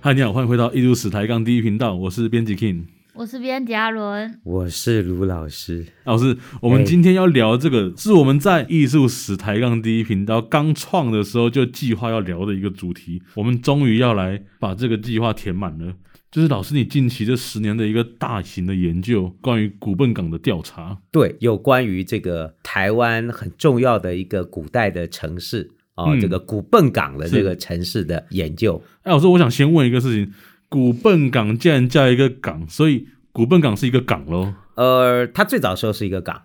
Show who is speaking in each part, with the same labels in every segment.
Speaker 1: 嗨，你好，欢迎回到《一如史抬杠》第一频道，我是编辑 King。
Speaker 2: 我是编辑阿伦，
Speaker 3: 我是卢老师，
Speaker 1: 老师，我们
Speaker 3: 哎
Speaker 1: 今天要聊这个，是我们在艺术史抬杠第一频道刚创的时候就计划要聊的一个主题，我们终于要来把这个计划填满了。就是老师，你近期这十年的一个大型的研究，关于古笨港的调查，
Speaker 3: 对，有关于这个台湾很重要的一个古代的城市哦，
Speaker 1: 嗯
Speaker 3: 这个古笨港的
Speaker 1: 是
Speaker 3: 这个城市的研究，
Speaker 1: 哎，老师，我想先问一个事情：古笨港既然叫一个港，所以古笨港是一个港喽？嗯
Speaker 3: 呃，它最早的时候是一个港，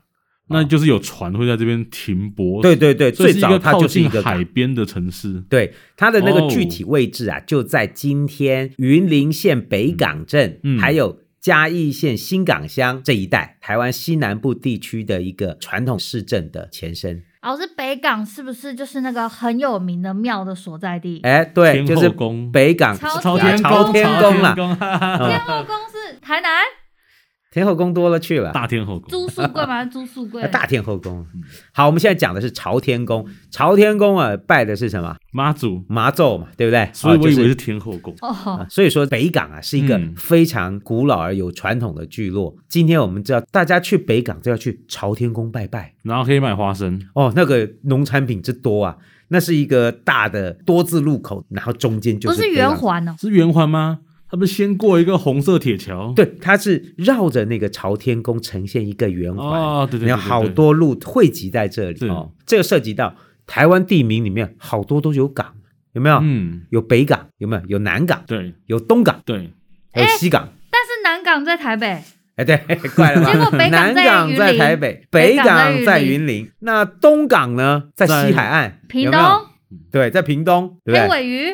Speaker 1: 那就是有船会在这边停泊，
Speaker 3: 对，对对，
Speaker 1: 哦所以
Speaker 3: 最
Speaker 1: 是一
Speaker 3: 早
Speaker 1: 个
Speaker 3: 它
Speaker 1: 靠
Speaker 3: 就是一
Speaker 1: 近
Speaker 3: 个
Speaker 1: 海
Speaker 3: 港。
Speaker 1: 边的城市。
Speaker 3: 对它的那
Speaker 1: 哦
Speaker 3: 个具体位置啊，就在今天云林县北港镇，
Speaker 1: 嗯
Speaker 3: 还有嘉义县新港乡这一带，台湾西南部地区的一个传统市镇的前身。
Speaker 2: 老师北港哦是不是就是那个很有名的庙的所在地？
Speaker 3: 哎，对，
Speaker 1: 天
Speaker 3: 就
Speaker 1: 后
Speaker 3: 是
Speaker 1: 宫
Speaker 3: 北港
Speaker 2: 朝
Speaker 1: 朝
Speaker 2: 天
Speaker 1: 天
Speaker 3: 啊
Speaker 1: 宫，
Speaker 3: 朝天宫
Speaker 1: 啦
Speaker 3: 啦，， 嗯
Speaker 2: 天后宫是台南
Speaker 3: 天后宫多了去了。
Speaker 1: 大天后宫。
Speaker 2: 朱树桂吗？朱树桂
Speaker 3: 啊， 大天后宫。好，我们现在讲的是朝天宫，朝天宫啊，拜的是什么？
Speaker 1: 妈祖，
Speaker 3: 妈祖嘛，对不对？
Speaker 1: 哦所以
Speaker 3: 啊
Speaker 1: 我以
Speaker 3: 就
Speaker 1: 为
Speaker 3: 是
Speaker 1: 是天后宫。
Speaker 2: 哦
Speaker 3: 啊，所以说北港啊是一个
Speaker 1: 嗯
Speaker 3: 非常古老而有传统的聚落。今天我们知道，大家去北港都要去朝天宫拜拜
Speaker 1: 然后可以买花生，
Speaker 3: 哦，那个农产品之多啊，那是一个大的多字路口，然后中间 就
Speaker 2: 不
Speaker 3: 是
Speaker 2: 是
Speaker 3: 北港
Speaker 2: 圆。环哦，
Speaker 1: 是圆环吗？它不是先过一个红色铁桥？
Speaker 3: 对，它是绕着那个朝天宫呈现一个圆环，
Speaker 1: 哦，对对对
Speaker 3: 有
Speaker 1: 对，
Speaker 3: 好多路汇集在这
Speaker 1: 是
Speaker 3: 里哦。这个涉及到台湾地名里面好多都有港，有没有？
Speaker 1: 对，嗯，
Speaker 3: 有北港，有没有？有南港，
Speaker 1: 对
Speaker 3: 有东港，
Speaker 1: 对，
Speaker 3: 还有西港。
Speaker 2: 但是南港在台北，
Speaker 3: 哎，对，怪了吧？
Speaker 2: 结果北港在
Speaker 3: 南港在台北，北港在
Speaker 2: 云
Speaker 3: 云林，那东港呢，在西海岸，
Speaker 2: 屏
Speaker 3: 有没有？
Speaker 2: 东、
Speaker 3: 对，在屏东，对
Speaker 2: 黑
Speaker 3: 不对？
Speaker 2: 尾鱼，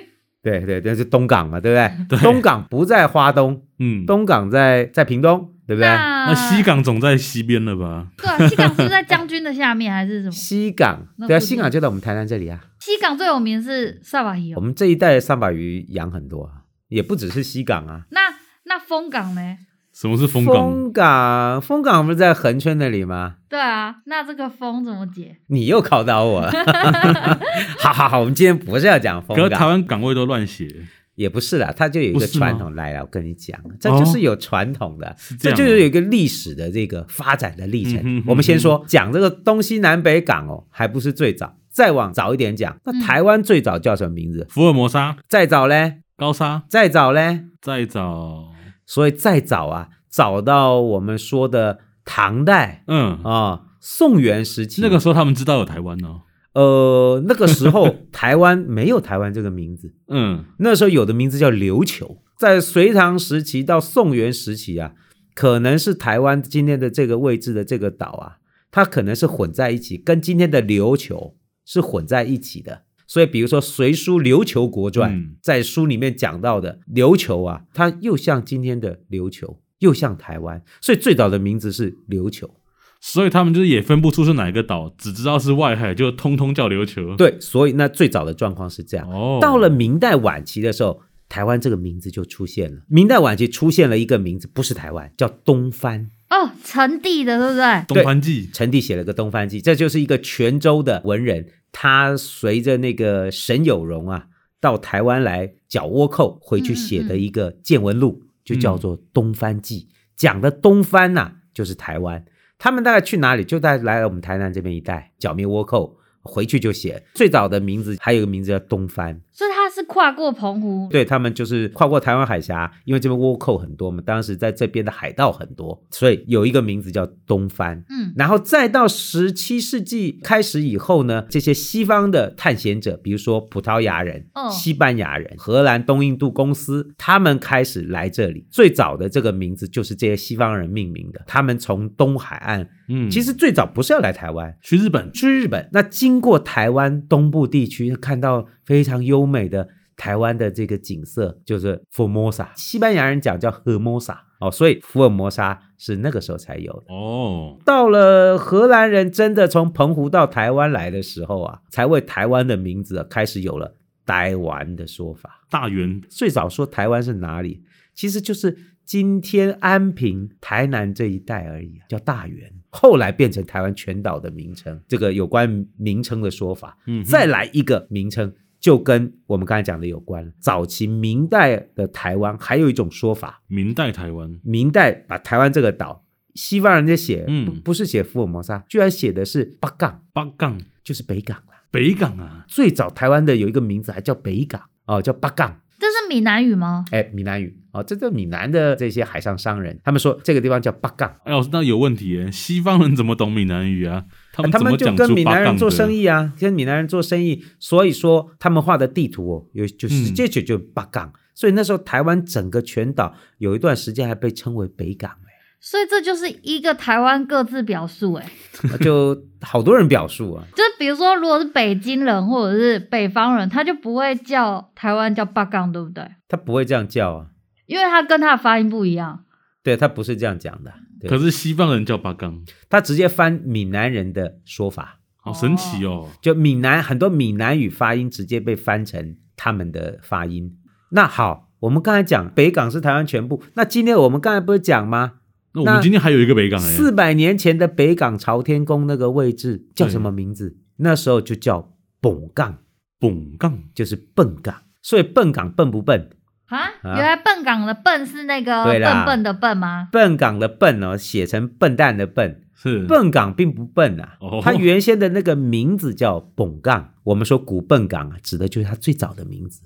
Speaker 3: 对对对，是东港嘛，对不对？东港不在花东，
Speaker 1: 嗯，
Speaker 3: 东港在在屏东，对不对？
Speaker 2: 那
Speaker 1: 那西港总在西边了吧？
Speaker 2: 对啊，西港是不是在将军的下面还是什么？
Speaker 3: 西港，
Speaker 2: 那
Speaker 3: 对啊，
Speaker 2: 附近
Speaker 3: 西港就在我们台南这里啊。
Speaker 2: 西港最有名是萨瓦鱼
Speaker 3: 我
Speaker 2: 哦，
Speaker 3: 们这一带三把鱼养很多啊，也不只是西港啊。
Speaker 2: 那那丰港呢？
Speaker 1: 什么是风港？
Speaker 3: 风港，风港不是在恒春那里吗？
Speaker 2: 对啊，那这个丰怎么解？
Speaker 3: 你又考倒 我，好好好，我们今天不是要讲
Speaker 1: 可是
Speaker 3: 风
Speaker 1: 台
Speaker 3: 港，
Speaker 1: 湾港位都乱写，
Speaker 3: 也不是啦，它就有一
Speaker 1: 不
Speaker 3: 个
Speaker 1: 是吗
Speaker 3: 传统来了。我跟你讲，这就是有传统的，
Speaker 1: 哦这
Speaker 3: 这
Speaker 1: 样
Speaker 3: 就是有一个历史的这个发展的历
Speaker 1: 嗯
Speaker 3: 程。
Speaker 1: 哼嗯哼
Speaker 3: 我们先说讲这个东西南北港哦，还不是最早，再往早一点讲，
Speaker 2: 嗯
Speaker 3: 那台湾最早叫什么名字？
Speaker 1: 福尔摩沙、
Speaker 3: 再早嘞，
Speaker 1: 高沙，
Speaker 3: 再早嘞，
Speaker 1: 再早，
Speaker 3: 所以再早啊，早到我们说的唐代
Speaker 1: 嗯
Speaker 3: 啊、，宋元时期，
Speaker 1: 那个时候他们知道有台湾哦，
Speaker 3: 呃，那个时候台湾没有台湾这个名字，
Speaker 1: 嗯，
Speaker 3: 那时候有的名字叫琉球。在隋唐时期到宋元时期啊，可能是台湾今天的这个位置的这个岛啊，它可能是混在一起，跟今天的琉球是混在一起的。所以，比如说《隋书·琉球国传》
Speaker 1: 嗯
Speaker 3: 在书里面讲到的琉球啊，它又像今天的琉球，又像台湾，所以最早的名字是琉球。
Speaker 1: 所以他们就是也分不出是哪一个岛，只知道是外海，就通通叫琉球。，
Speaker 3: 对，所以那最早的状况是这样。
Speaker 1: 哦，
Speaker 3: 到了明代晚期的时候，台湾这个名字就出现了。明代晚期出现了一个名字，不是台湾，叫东藩。
Speaker 2: 哦，成地的，对不对？
Speaker 1: 东番记，
Speaker 3: 陈帝写了个《东藩记》，这就是一个泉州的文人，他随着那个沈有容啊到台湾来剿倭寇，回去写的一个见闻录，就叫做《东藩记》，讲的东藩呐、就是台湾。他们大概去哪里？就带来我们台南这边一带剿灭倭寇，回去就写。最早的名字还有一个名字叫东藩，
Speaker 2: 所以它是跨过澎湖，
Speaker 3: 对他们就是跨过台湾海峡，因为这边倭寇很多嘛，当时在这边的海盗很多，所以有一个名字叫东藩。
Speaker 2: 嗯，
Speaker 3: 然后再到十七世纪开始以后呢，这些西方的探险者，比如说葡萄牙人、
Speaker 2: 哦
Speaker 3: 西班牙人、荷兰东印度公司，他们开始来这里。最早的这个名字就是这些西方人命名的。他们从东海岸，
Speaker 1: 嗯，
Speaker 3: 其实最早不是要来台湾，
Speaker 1: 去日本，
Speaker 3: 去日本，那经过台湾东部地区，看到非常优美的台湾的这个景色，就是 Formosa，西班牙人讲叫 Hermosa 哦，所以福尔摩沙是那个时候才有的。
Speaker 1: 哦，
Speaker 3: 到了荷兰人真的从澎湖到台湾来的时候啊，才为台湾的名字啊开始有了台湾的说法。
Speaker 1: 大原，
Speaker 3: 最早说台湾是哪里，其实就是今天安平、台南这一带而已啊、叫大原。后来变成台湾全岛的名称，这个有关名称的说法。
Speaker 1: 嗯哼
Speaker 3: 再来一个名称就跟我们刚才讲的有关了。早期明代的台湾还有一种说法，
Speaker 1: 明代台湾，
Speaker 3: 明代把台湾这个岛，西方人在写，
Speaker 1: 嗯
Speaker 3: 不不是写福尔摩沙，居然写的是北港，
Speaker 1: 八港、
Speaker 3: 就是北港啦。
Speaker 1: 北港啊，
Speaker 3: 最早台湾的有一个名字还叫北港哦，叫北港。
Speaker 2: 这是闽南语吗？
Speaker 3: 哎，闽南语哦，这个闽南的这些海上商人，他们说这个地方叫八杠，
Speaker 1: 哎，老师，那有问题耶，西方人怎么懂闽南语啊？他们
Speaker 3: 哎他
Speaker 1: 怎么
Speaker 3: 们就
Speaker 1: 讲
Speaker 3: 跟
Speaker 1: 出
Speaker 3: 闽
Speaker 1: 八
Speaker 3: 南
Speaker 1: 杠
Speaker 3: 人做生
Speaker 1: 的？
Speaker 3: 意啊，跟闽南人做生意，所以说他们画的地图哦，有就直接就就八杠，所以那时候台湾整个全岛有一段时间还被称为北港，哎
Speaker 2: 所以这就是一个台湾各自表述、欸，
Speaker 3: 哎 就好多人表述啊，
Speaker 2: 就是比如说，如果是北京人或者是北方人，他就不会叫台湾叫八杠，对不对？
Speaker 3: 他不会这样叫啊，
Speaker 2: 因为他跟他的发音不一样。
Speaker 3: 对他不是这样讲的，对
Speaker 1: 可是西方人叫八杠，
Speaker 3: 他直接翻闽南人的说法，
Speaker 1: 好神奇哦。
Speaker 3: 就闽南很多闽南语发音直接被翻成他们的发音。那好，我们刚才讲北港是台湾全部，那今天我们刚才不是讲吗？
Speaker 1: 那我们
Speaker 3: 那
Speaker 1: 今天还有一个北港哎，
Speaker 3: 四百年前的北港朝天宫那个位置叫
Speaker 1: 对
Speaker 3: 什么名字？那时候就叫本港，
Speaker 1: 本港，
Speaker 3: 就是笨港。所以笨港笨不笨？
Speaker 2: 啊，
Speaker 3: 啊
Speaker 2: 原来笨港的笨是那个
Speaker 3: 对啦
Speaker 2: 笨笨的笨吗？
Speaker 3: 笨港的笨哦，写成笨蛋的笨。
Speaker 1: 是
Speaker 3: 笨港并不笨啊
Speaker 1: 嗯哦，
Speaker 3: 它原先的那个名字叫本港。我们说古笨港啊，指的就是它最早的名字。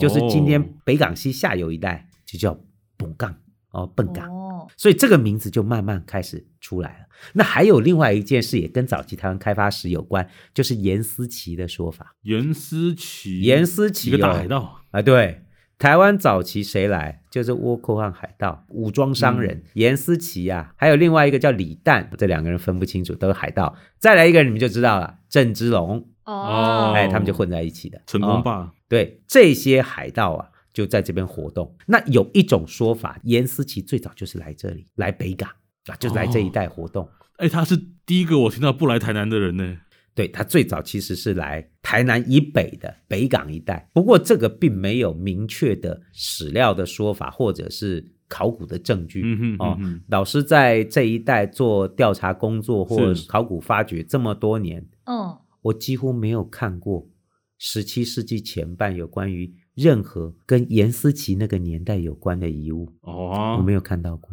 Speaker 3: 就是今天
Speaker 1: 哦
Speaker 3: 北港西下游一带就叫本港哦，笨港，
Speaker 2: 哦，
Speaker 3: 所以这个名字就慢慢开始出来了。那还有另外一件事也跟早期台湾开发史有关，就是严思齐的说法。
Speaker 1: 严思齐，
Speaker 3: 严思齐
Speaker 1: 一个大
Speaker 3: 哦
Speaker 1: 海盗，
Speaker 3: 啊，对，台湾早期谁来？就是倭寇和海盗、武装商
Speaker 1: 嗯
Speaker 3: 人严思齐啊，还有另外一个叫李旦，这两个人分不清楚，都是海盗。再来一个人你们就知道了，郑芝龙，
Speaker 1: 哦
Speaker 3: 哎，他们就混在一起的。
Speaker 1: 成功
Speaker 3: 哦
Speaker 1: 吧？
Speaker 3: 对，这些海盗啊，就在这边活动。那有一种说法，严思齐最早就是来这里，来北港啊，就是来这一带活动。
Speaker 1: 哎，他是第一个我听到不来台南的人呢。
Speaker 3: 对他最早其实是来台南以北的北港一带，不过这个并没有明确的史料的说法，或者是考古的证据。
Speaker 1: 嗯哼
Speaker 3: 哦
Speaker 1: 嗯哼，
Speaker 3: 老师在这一带做调查工作或者
Speaker 1: 是
Speaker 3: 是考古发掘这么多年，
Speaker 2: 哦，
Speaker 3: 我几乎没有看过十七世纪前半有关于任何跟严思齐那个年代有关的遗物，
Speaker 1: 哦，
Speaker 3: 我没有看到过。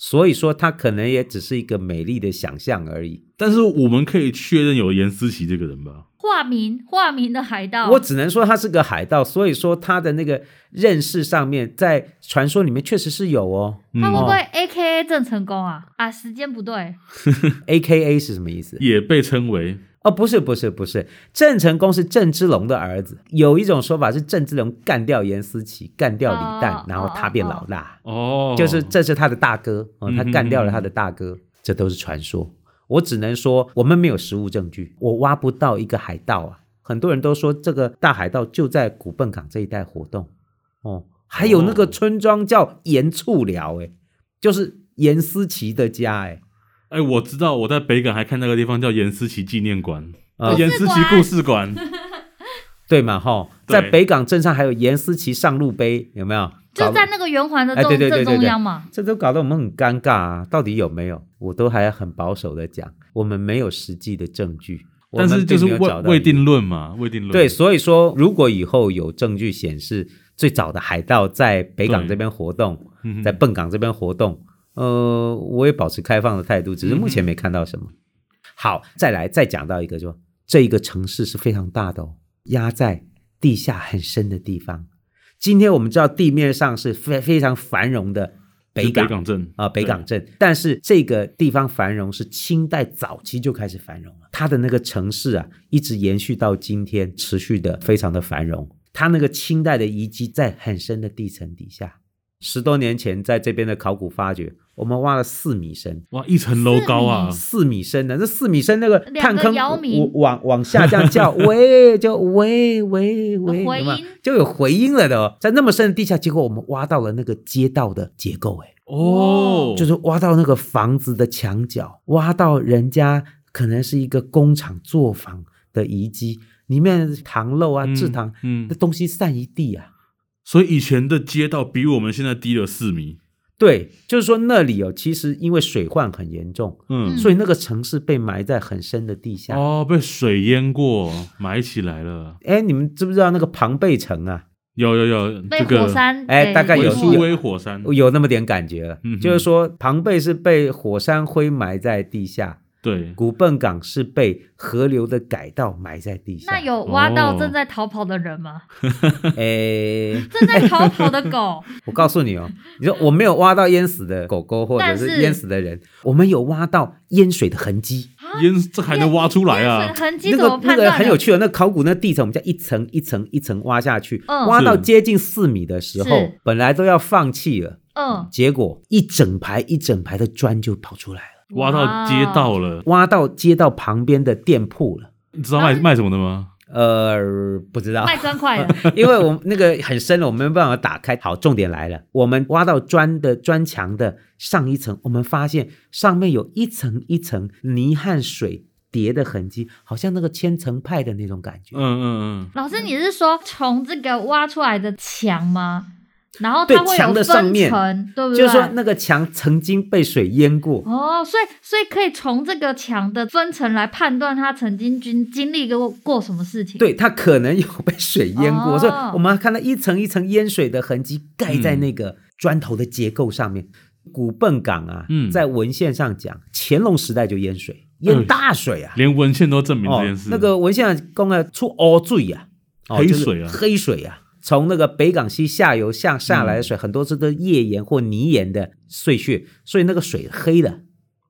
Speaker 3: 所以说，它可能也只是一个美丽的想象而已。
Speaker 1: 但是我们可以确认有严思齐这个人吧？
Speaker 2: 化名化名的海
Speaker 1: 哦
Speaker 2: 盗，
Speaker 3: 我只能说他是个海盗，所以说他的那个认识上面，在传说里面确实是有哦。
Speaker 1: 嗯
Speaker 2: 他会不
Speaker 1: 哦
Speaker 2: 会 A K A 郑成功啊？啊，时间不对，
Speaker 3: A K A 是什么意思？
Speaker 1: 也被称为
Speaker 3: 哦，不是，不是，不是，郑成功是郑芝龙的儿子。有一种说法是郑芝龙干掉严思齐，干掉李旦
Speaker 2: 哦，
Speaker 3: 然后他变老大。
Speaker 1: 哦，
Speaker 3: 就是这是他的大哥哦，
Speaker 1: 嗯
Speaker 3: 他
Speaker 1: 哼
Speaker 3: 干掉了他的大哥，这都是传说。我只能说，我们没有实物证据，我挖不到一个海盗啊。很多人都说这个大海盗就在古笨港这一带活动哦，还有那个村庄叫盐醋寮，哎，就是严思齐的家，哎，
Speaker 1: 哎，我知道，我在北港还看那个地方叫严思齐纪念馆，呃
Speaker 3: 啊
Speaker 1: 严思齐故事 馆，
Speaker 3: 对嘛哈，
Speaker 1: 对
Speaker 3: 在北港镇上还有严思齐上路碑，有没有？
Speaker 2: 就
Speaker 3: 搞
Speaker 2: 在那个圆环的
Speaker 3: 哎
Speaker 2: 正
Speaker 3: 对对
Speaker 2: 正
Speaker 3: 对对
Speaker 2: 中
Speaker 3: 对
Speaker 2: 央嘛。
Speaker 3: 这都搞得我们很尴尬啊！到底有没有？我都还很保守的讲，我们没有实际的证据，我
Speaker 1: 但
Speaker 3: 们
Speaker 1: 是就是
Speaker 3: 并没有
Speaker 1: 未
Speaker 3: 找到
Speaker 1: 未
Speaker 3: 一个
Speaker 1: 定论嘛，未定论。
Speaker 3: 对，所以说，如果以后有证据显示最早的海盗在北港这边活动，
Speaker 1: 嗯哼，
Speaker 3: 在笨港这边活动，呃，我也保持开放的态度，
Speaker 1: 嗯
Speaker 3: 只是目前没看到什么。好，再来再讲到一个就，说这一个城市是非常大的哦，压在地下很深的地方。今天我们知道地面上是非非常繁荣的
Speaker 1: 就是
Speaker 3: 北港啊、
Speaker 1: 镇
Speaker 3: 北港镇，但是这个地方繁荣是清代早期就开始繁荣了，它的那个城市啊，一直延续到今天，持续的非常的繁荣。它那个清代的遗迹在很深的地层底下，十多年前在这边的考古发掘，我们挖了四米深，
Speaker 1: 哇，一层楼高啊，
Speaker 3: 四米深的，这四米深那个
Speaker 2: 两
Speaker 3: 探
Speaker 2: 个
Speaker 3: 坑
Speaker 2: 姚明
Speaker 3: 往往往下这样 叫喂，就喂喂喂，
Speaker 2: 回
Speaker 3: 有没有
Speaker 2: 音
Speaker 3: 就有回音了的、哦，在那么深的地下，结果我们挖到了那个街道的结构，哎，
Speaker 1: 哦，
Speaker 3: 就是挖到那个房子的墙角，挖到人家可能是一个工厂作坊的遗迹，里面糖漏啊、
Speaker 1: 嗯
Speaker 3: 制糖，
Speaker 1: 嗯
Speaker 3: 那东西散一地啊。
Speaker 1: 所以以前的街道比我们现在低了四米，
Speaker 3: 对，就是说那里哦，其实因为水患很严重，
Speaker 1: 嗯，
Speaker 3: 所以那个城市被埋在很深的地下。
Speaker 1: 哦，被水淹过，埋起来了。
Speaker 3: 哎，你们知不知道那个庞贝城啊？
Speaker 1: 有有有，
Speaker 2: 被
Speaker 1: 这
Speaker 2: 火
Speaker 1: 个
Speaker 2: 山
Speaker 3: 哎
Speaker 2: 给
Speaker 3: 大概
Speaker 1: 维
Speaker 3: 有
Speaker 1: 苏
Speaker 2: 过
Speaker 1: 威火山，
Speaker 3: 有那么点感觉了，
Speaker 1: 嗯哼
Speaker 3: 就是说庞贝是被火山灰埋在地下，
Speaker 1: 对，
Speaker 3: 古笨港是被河流的改道埋在地下。
Speaker 2: 那有挖到
Speaker 1: 哦
Speaker 2: 正在逃跑的人吗？
Speaker 3: 哎，
Speaker 2: 正在逃跑的狗，
Speaker 3: 我告诉 你哦，你说我没有挖到淹死的狗狗或者
Speaker 2: 但
Speaker 3: 是
Speaker 2: 是
Speaker 3: 淹死的人，我们有挖到淹水的痕迹。
Speaker 2: 啊
Speaker 1: 淹这 还能挖出来
Speaker 2: 淹
Speaker 1: 啊
Speaker 2: 水？痕迹
Speaker 3: 那
Speaker 2: 怎么
Speaker 3: 个那
Speaker 2: 判断
Speaker 3: 个
Speaker 2: 的？
Speaker 3: 很有趣的，那考古那地层，我们叫一层一层一层挖下去，
Speaker 2: 嗯
Speaker 3: 挖到
Speaker 1: 是
Speaker 3: 接近四米的时候
Speaker 2: 是，
Speaker 3: 本来都要放弃了，
Speaker 2: 嗯，
Speaker 3: 结果一整排一整排的砖就跑出来了，
Speaker 1: 挖到街道了，
Speaker 3: 挖到街道旁边的店铺了。
Speaker 1: 你知道卖卖什么的吗？
Speaker 3: 呃，不知
Speaker 2: 哇
Speaker 3: 道，
Speaker 2: 卖砖块的，
Speaker 3: 因为我们那个很深了，我们没办法打开。好，重点来了，我们挖到砖的砖墙的上一层，我们发现上面有一层一层泥和水叠的痕迹，好像那个千层派的那种感觉。
Speaker 1: 嗯嗯
Speaker 2: 老师，你是说从这个挖出来的墙吗？然后
Speaker 3: 对
Speaker 2: 它会
Speaker 3: 墙
Speaker 2: 有
Speaker 3: 的
Speaker 2: 分
Speaker 3: 上
Speaker 2: 层，
Speaker 3: 面
Speaker 2: 对不对？
Speaker 3: 就是说，那个墙曾经被水淹过，
Speaker 2: 哦，所以所以可以从这个墙的分层来判断他曾经经经历过过什么事情。，
Speaker 3: 对，它可能有被水淹过，
Speaker 2: 哦
Speaker 3: 所以我们看到一层一层淹水的痕迹盖在那个砖头的结构上面。古笨港啊，
Speaker 1: 嗯
Speaker 3: 在文献上讲，乾隆时代就淹水，
Speaker 1: 嗯
Speaker 3: 淹大水啊
Speaker 1: 嗯，，连文献都证明这
Speaker 3: 哦
Speaker 1: 件事。，
Speaker 3: 那个文献上讲啊，出凹坠啊，哦
Speaker 1: 黑
Speaker 3: 就是
Speaker 1: 水啊
Speaker 3: 黑水啊。从那个北港西下游下下来的水，很多是都页岩或泥岩的碎屑，所以那个水黑的，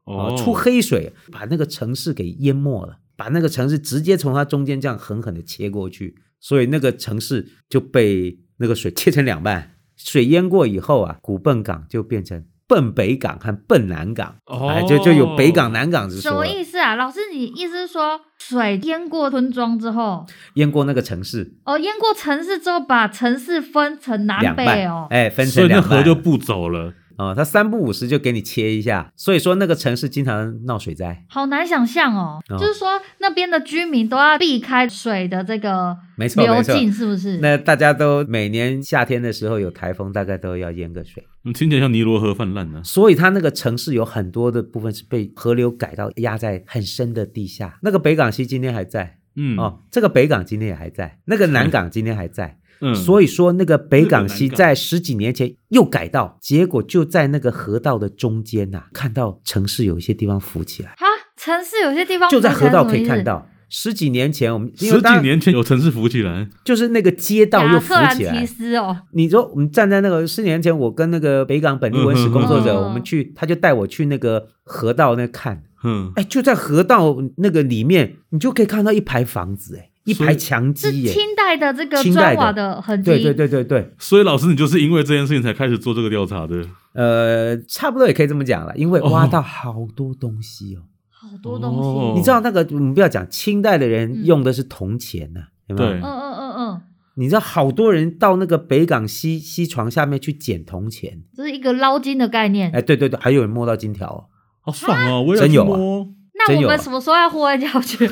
Speaker 1: 哦，
Speaker 3: 出黑水，把那个城市给淹没了，把那个城市直接从它中间这样狠狠的切过去，所以那个城市就被那个水切成两半。水淹过以后啊，古笨港就变成笨北港和笨南港，
Speaker 1: 哦
Speaker 3: 哎，就就有北港南港之
Speaker 2: 什
Speaker 3: 说
Speaker 2: 么
Speaker 3: 了，
Speaker 2: 意思啊？老师，你意思是说水淹过村庄之后，
Speaker 3: 淹过那个城市
Speaker 2: 哦，淹过城市之后，把城市分成南
Speaker 3: 两
Speaker 2: 北
Speaker 3: 半
Speaker 2: 哦，，
Speaker 3: 哎，分
Speaker 1: 所
Speaker 3: 成
Speaker 1: 以那
Speaker 3: 两半
Speaker 1: 河就不走了。
Speaker 3: 哦，它三不五时就给你切一下，所以说那个城市经常闹水灾，
Speaker 2: 好难想象哦。
Speaker 3: 哦
Speaker 2: 就是说那边的居民都要避开水的这个
Speaker 3: 没错
Speaker 2: 流
Speaker 3: 没错。
Speaker 2: 进，是不是？
Speaker 3: 那大家都每年夏天的时候有台风，大概都要淹个水。
Speaker 1: 嗯听起来像尼罗河泛滥呢。
Speaker 3: 所以它那个城市有很多的部分是被河流改到压在很深的地下。那个北港西今天还在、
Speaker 1: 嗯，
Speaker 3: 哦，这个北港今天也还在，那个南港今天还在。
Speaker 1: 嗯，
Speaker 3: 所以说那个北港
Speaker 1: 日
Speaker 3: 西
Speaker 1: 本南港
Speaker 3: 在十几年前又改道，结果就在那个河道的中间呐、看到城市有一些地方浮起来，
Speaker 2: 哈，城市有些地方
Speaker 3: 就在
Speaker 2: 浮起来
Speaker 3: 河道可
Speaker 2: 什么
Speaker 3: 以
Speaker 2: 意思
Speaker 3: 看。到。十几年前我们因为
Speaker 1: 十
Speaker 3: 当
Speaker 1: 几
Speaker 3: 然
Speaker 1: 年前有城市浮起来，
Speaker 3: 就是那个街道又
Speaker 2: 亚
Speaker 3: 浮
Speaker 2: 特兰
Speaker 3: 起来
Speaker 2: 啊提，斯哦，
Speaker 3: 你说我们站在那个四年前，我跟那个北港本地文史工作者，
Speaker 2: 嗯嗯嗯
Speaker 3: 我们去，他就带我去那个河道那看，
Speaker 1: 嗯，
Speaker 3: 哎，就在河道那个里面，你就可以看到一排房子，哎，一
Speaker 1: 所以
Speaker 3: 排墙
Speaker 2: 是
Speaker 3: 基，哎，
Speaker 2: 清代的这个
Speaker 3: 清代
Speaker 2: 砖
Speaker 3: 的
Speaker 2: 瓦的痕迹。
Speaker 3: 对对对对对，
Speaker 1: 所以老师你就是因为这件事情才开始做这个调查的。
Speaker 3: 呃，差不多也可以这么讲了，因为挖到好多东西哦。
Speaker 2: 好多东西。
Speaker 1: 哦
Speaker 3: 你知道那个，我们不要讲清代的人
Speaker 2: 嗯
Speaker 3: 用的是铜钱呐、有没
Speaker 1: 对
Speaker 3: 有？
Speaker 2: 嗯嗯嗯嗯，
Speaker 3: 你知道好多人到那个北港西西床下面去捡铜钱，
Speaker 2: 这是一个捞金的概念。
Speaker 3: 哎，对对对，还有人摸到金条、哦。
Speaker 1: 好爽哦！我也
Speaker 3: 真有啊
Speaker 1: 啊，
Speaker 2: 那
Speaker 3: 真
Speaker 2: 我
Speaker 3: 有啊
Speaker 2: 们什么时候要户外教 学？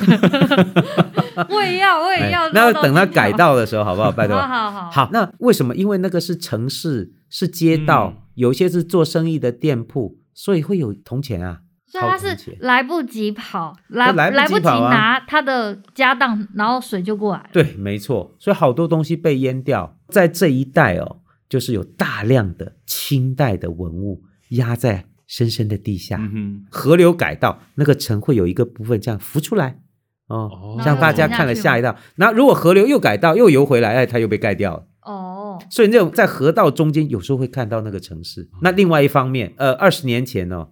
Speaker 2: 我也要，我也要
Speaker 3: 哎。那
Speaker 2: 捞到
Speaker 3: 等它
Speaker 2: 金条
Speaker 3: 改，道的时候，好不好？拜托。
Speaker 2: 好好好。
Speaker 3: 好，那为什么？因为那个是城市，是街道，
Speaker 1: 嗯
Speaker 3: 有一些是做生意的店铺，所以会有铜钱啊。
Speaker 2: 所以他
Speaker 3: 超
Speaker 2: 是
Speaker 3: 级
Speaker 2: 来不及跑，来
Speaker 3: 来不及
Speaker 2: 来不及
Speaker 3: 跑啊
Speaker 2: 拿他的家当，然后水就过来了。
Speaker 3: 对，没错。所以好多东西被淹掉，在这一带哦，就是有大量的清代的文物压在深深的地下。
Speaker 1: 嗯哼，
Speaker 3: 河流改道，那个城会有一个部分这样浮出来。哦
Speaker 1: 哦，
Speaker 3: 让大家看了吓一跳。那如果河流又改道，又游回来，哎，它又被盖掉了。
Speaker 2: 哦，
Speaker 3: 所以那种在河道中间，有时候会看到那个城市。那另外一方面，呃，二十年前哦，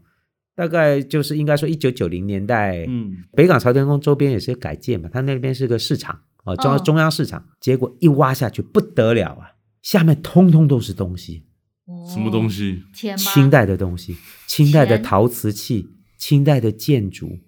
Speaker 3: 大概就是应该说一九九零年代，
Speaker 1: 嗯，
Speaker 3: 北港朝天宫周边也是改建嘛，它那边是个市场哦，中央、
Speaker 2: 嗯
Speaker 3: 中央市场，结果一挖下去不得了啊，下面通通都是东西，
Speaker 1: 什么东
Speaker 2: 西？
Speaker 1: 西？
Speaker 2: 哦钱吗？
Speaker 3: 清代的东西，清代的
Speaker 2: 钱
Speaker 3: 陶瓷器，清代的建筑，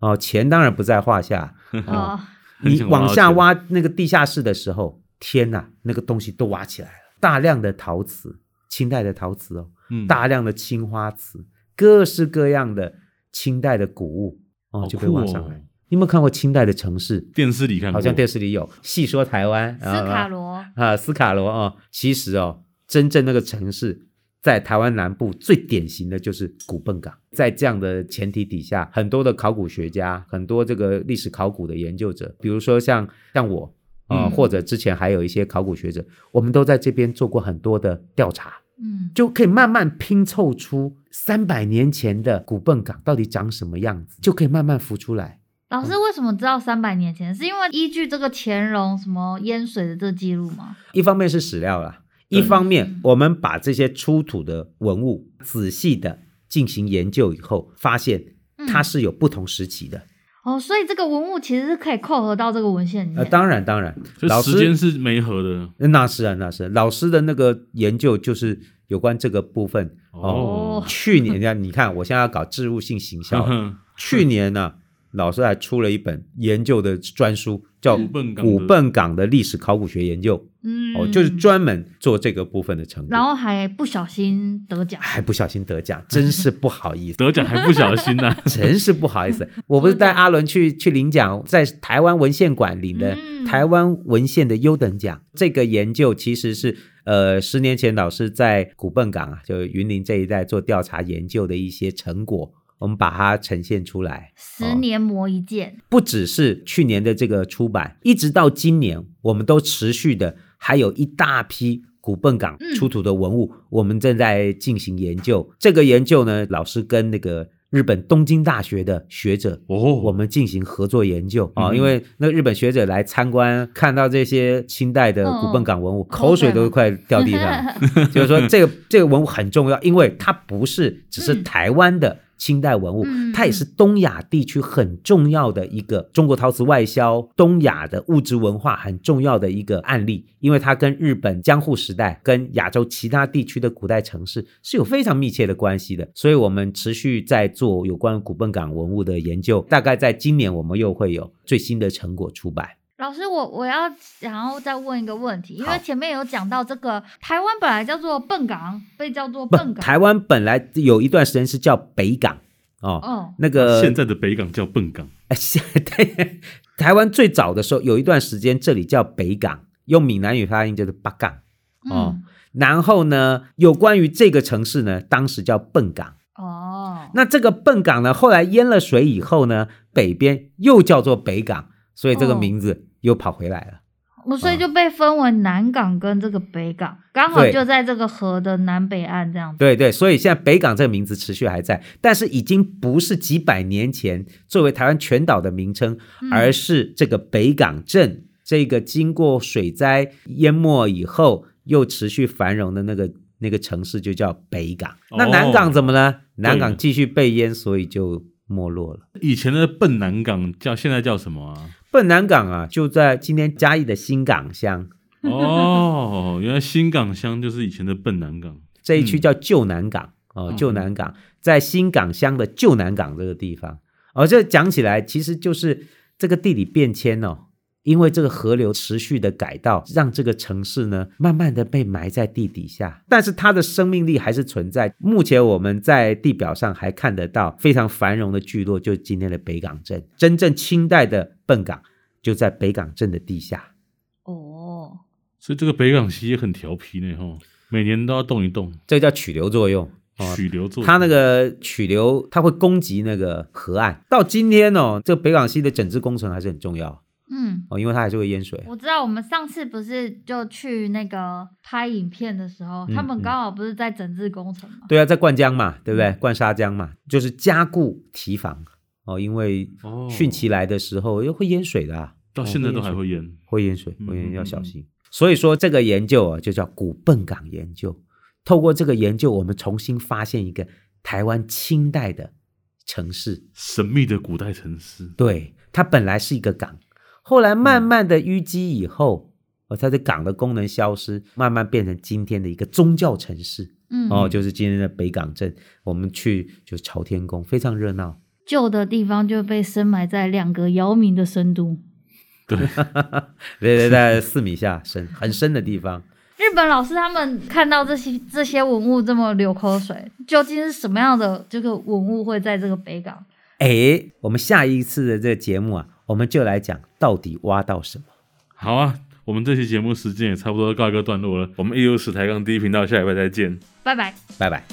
Speaker 3: 哦，钱当然不在 话下。 哦，
Speaker 2: 哦，
Speaker 1: 很
Speaker 3: 你
Speaker 1: 想挖
Speaker 3: 往
Speaker 1: 到
Speaker 3: 下
Speaker 1: 钱，
Speaker 3: 挖那个地下室的时候，天呐，那个东西都挖起来了，大量的陶瓷，清代的陶瓷哦，
Speaker 1: 嗯，
Speaker 3: 大量的青花瓷，各式各样的清代的古物哦
Speaker 1: 好
Speaker 3: 就被
Speaker 1: 酷
Speaker 3: 挖
Speaker 1: 哦
Speaker 3: 上来。你有没有看过清代的城市？
Speaker 1: 电视里看过，
Speaker 3: 好像电视里有《细说台湾》
Speaker 2: 斯卡罗
Speaker 3: 啊，斯卡罗哦，其实哦，真正那个城市在台湾南部最典型的就是古笨港。在这样的前提底下，很多的考古学家，很多这个历史考古的研究者，比如说像像我啊、呃
Speaker 1: 嗯
Speaker 3: 或者之前还有一些考古学者，我们都在这边做过很多的调查。
Speaker 2: 嗯
Speaker 3: 就可以慢慢拼凑出三百年前的古笨港到底长什么样子，就可以慢慢浮出来。
Speaker 2: 老
Speaker 3: 嗯
Speaker 2: 师为什么知道三百年前？是因为依据这个乾隆什么淹水的这记录吗？
Speaker 3: 一方面是史料啦，
Speaker 1: 对
Speaker 3: 一方面我们把这些出土的文物仔细的进行研究以后，发现
Speaker 2: 嗯
Speaker 3: 它是有不同时期的。
Speaker 2: 哦，所以这个文物其实是可以扣合到这个文献里面。
Speaker 3: 呃，当然当然，
Speaker 1: 所
Speaker 3: 老
Speaker 1: 以
Speaker 3: 师
Speaker 1: 时间是没合的。
Speaker 3: 那是啊那是啊老师的那个研究就是有关这个部分哦。
Speaker 1: 哦，
Speaker 3: 去年呀，你看我现在要搞植入性行
Speaker 1: 嗯
Speaker 3: 销了，去年呢、老师还出了一本研究的专书，叫
Speaker 1: 古笨
Speaker 3: 《
Speaker 1: 港的
Speaker 3: 古笨港的历史考古学研究》，
Speaker 2: 嗯，
Speaker 3: 哦，就是专门做这个部分的成果。
Speaker 2: 然后还不小心得奖，
Speaker 3: 还不小心得奖，真是不好意 思，
Speaker 1: 得奖还不小心啊呐、
Speaker 3: 真 是不好 意思。我不是带阿伦去去领奖，在台湾文献馆领的
Speaker 2: 嗯
Speaker 3: 台湾文献的优等奖。这个研究其实是呃十年前老师在古笨港啊，就云林这一带做调查研究的一些成果，我们把它呈现出来。
Speaker 2: 十年磨一剑。
Speaker 3: 不只是去年的这个出版，一直到今年，我们都持续的还有一大批古笨港
Speaker 2: 嗯
Speaker 3: 出土的文物，我们正在进行研究。这个研究呢，老师跟那个日本东京大学的学者。
Speaker 1: 哦，
Speaker 3: 我们进行合作研究啊、
Speaker 1: 嗯
Speaker 3: 因为那日本学者来参观，看到这些清代的古笨港文物，口水都快掉地上了。就是说，这个这个文物很重要，因为它不是只是
Speaker 2: 嗯
Speaker 3: 台湾的清代文物，
Speaker 2: 嗯
Speaker 3: 它也是东亚地区很重要的一个中国陶瓷外销、东亚的物质文化很重要的一个案例，因为它跟日本江户时代、跟亚洲其他地区的古代城市是有非常密切的关系的，所以我们持续在做有关古笨港文物的研究，大概在今年我们又会有最新的成果出版。
Speaker 2: 老师，我我要想要再问一个问题，因
Speaker 3: 好
Speaker 2: 为前面有讲到这个台湾本来叫做笨港，被叫做笨港。
Speaker 3: 台湾本来有一段时间是叫北港哦。
Speaker 2: 哦，
Speaker 3: 那个
Speaker 1: 现在的北港叫笨港，
Speaker 3: 哎，现对，台湾最早的时候有一段时间，这里叫北港，用闽南语发音就是八港。哦
Speaker 2: 嗯，
Speaker 3: 然后呢，有关于这个城市呢，当时叫笨港。
Speaker 2: 哦，
Speaker 3: 那这个笨港呢，后来淹了水以后呢，北边又叫做北港，所以这个
Speaker 2: 哦
Speaker 3: 名字又跑回来了。
Speaker 2: 我所以就被分为南港跟这个北港，刚好
Speaker 3: 嗯对
Speaker 2: 就在这个河的南北岸这样子。
Speaker 3: 对对，所以现在北港这个名字持续还在，但是已经不是几百年前作为台湾全岛的名称，
Speaker 2: 嗯
Speaker 3: 而是这个北港镇这个经过水灾淹没以后又持续繁荣的那个那个城市就叫北港。那
Speaker 1: 哦
Speaker 3: 南港怎么了？南
Speaker 1: 对
Speaker 3: 港继续被淹，所以就没落了。
Speaker 1: 以前的笨南港叫现在叫什么 啊？
Speaker 3: 笨南港啊，就在今天嘉义的新港乡
Speaker 1: 哦，原来新港乡就是以前的笨南港。
Speaker 3: 这一区叫旧南港哦
Speaker 1: 嗯，
Speaker 3: 旧南港在新港乡的旧南港这个地方。哦，这讲起来其实就是这个地理变迁哦，因为这个河流持续的改道，让这个城市呢慢慢的被埋在地底下，但是它的生命力还是存在。目前我们在地表上还看得到非常繁荣的聚落，就是今天的北港镇。真正清代的笨港就在北港镇的地下。
Speaker 2: 哦，
Speaker 1: 所以这个北港溪也很调皮呢，吼，每年都要动一动，
Speaker 3: 这叫曲流作用。哦
Speaker 1: 取流做。
Speaker 3: 它那个曲流，它会攻击那个河岸。到今天哦，这个北港溪的整治工程还是很重要
Speaker 2: 嗯，
Speaker 3: 哦，因为它还是会淹水。
Speaker 2: 我知道，我们上次不是就去那个拍影片的时候，
Speaker 3: 嗯
Speaker 2: 他们刚好不是在整治工程吗？
Speaker 3: 对啊，在灌浆嘛，对不
Speaker 1: 嗯
Speaker 3: 对？灌沙浆嘛，就是加固堤防哦，因为
Speaker 1: 哦
Speaker 3: 汛期来的时候又会淹水的啊、
Speaker 1: 到现在都还会淹。
Speaker 3: 会淹水，
Speaker 1: 哦嗯
Speaker 3: 会淹水要小
Speaker 1: 嗯
Speaker 3: 心。所以说这个研究啊，就叫古笨港研究。透过这个研究，我们重新发现一个台湾清代的城市。
Speaker 1: 神秘的古代城市，
Speaker 3: 对，它本来是一个港，后来慢慢的淤积以后，哦，它的港的功能消失，慢慢变成今天的一个宗教城市。
Speaker 2: 嗯，
Speaker 3: 哦，就是今天的北港镇，我们去就是朝天宫，非常热闹。
Speaker 2: 旧的地方就被深埋在两个姚明的深度。
Speaker 3: 对对对，四米下深，很深的地方。
Speaker 2: 日本老师他们看到这些这些文物这么流口水，究竟是什么样的这个文物会在这个北港？
Speaker 3: 哎，我们下一次的这个节目啊，我们就来讲到底挖到什么。
Speaker 1: 好啊。我们这期节目时间也差不多告一个段落了，我们艺术史抬杠第一频道下礼拜再见。
Speaker 2: 拜拜。
Speaker 3: 拜拜。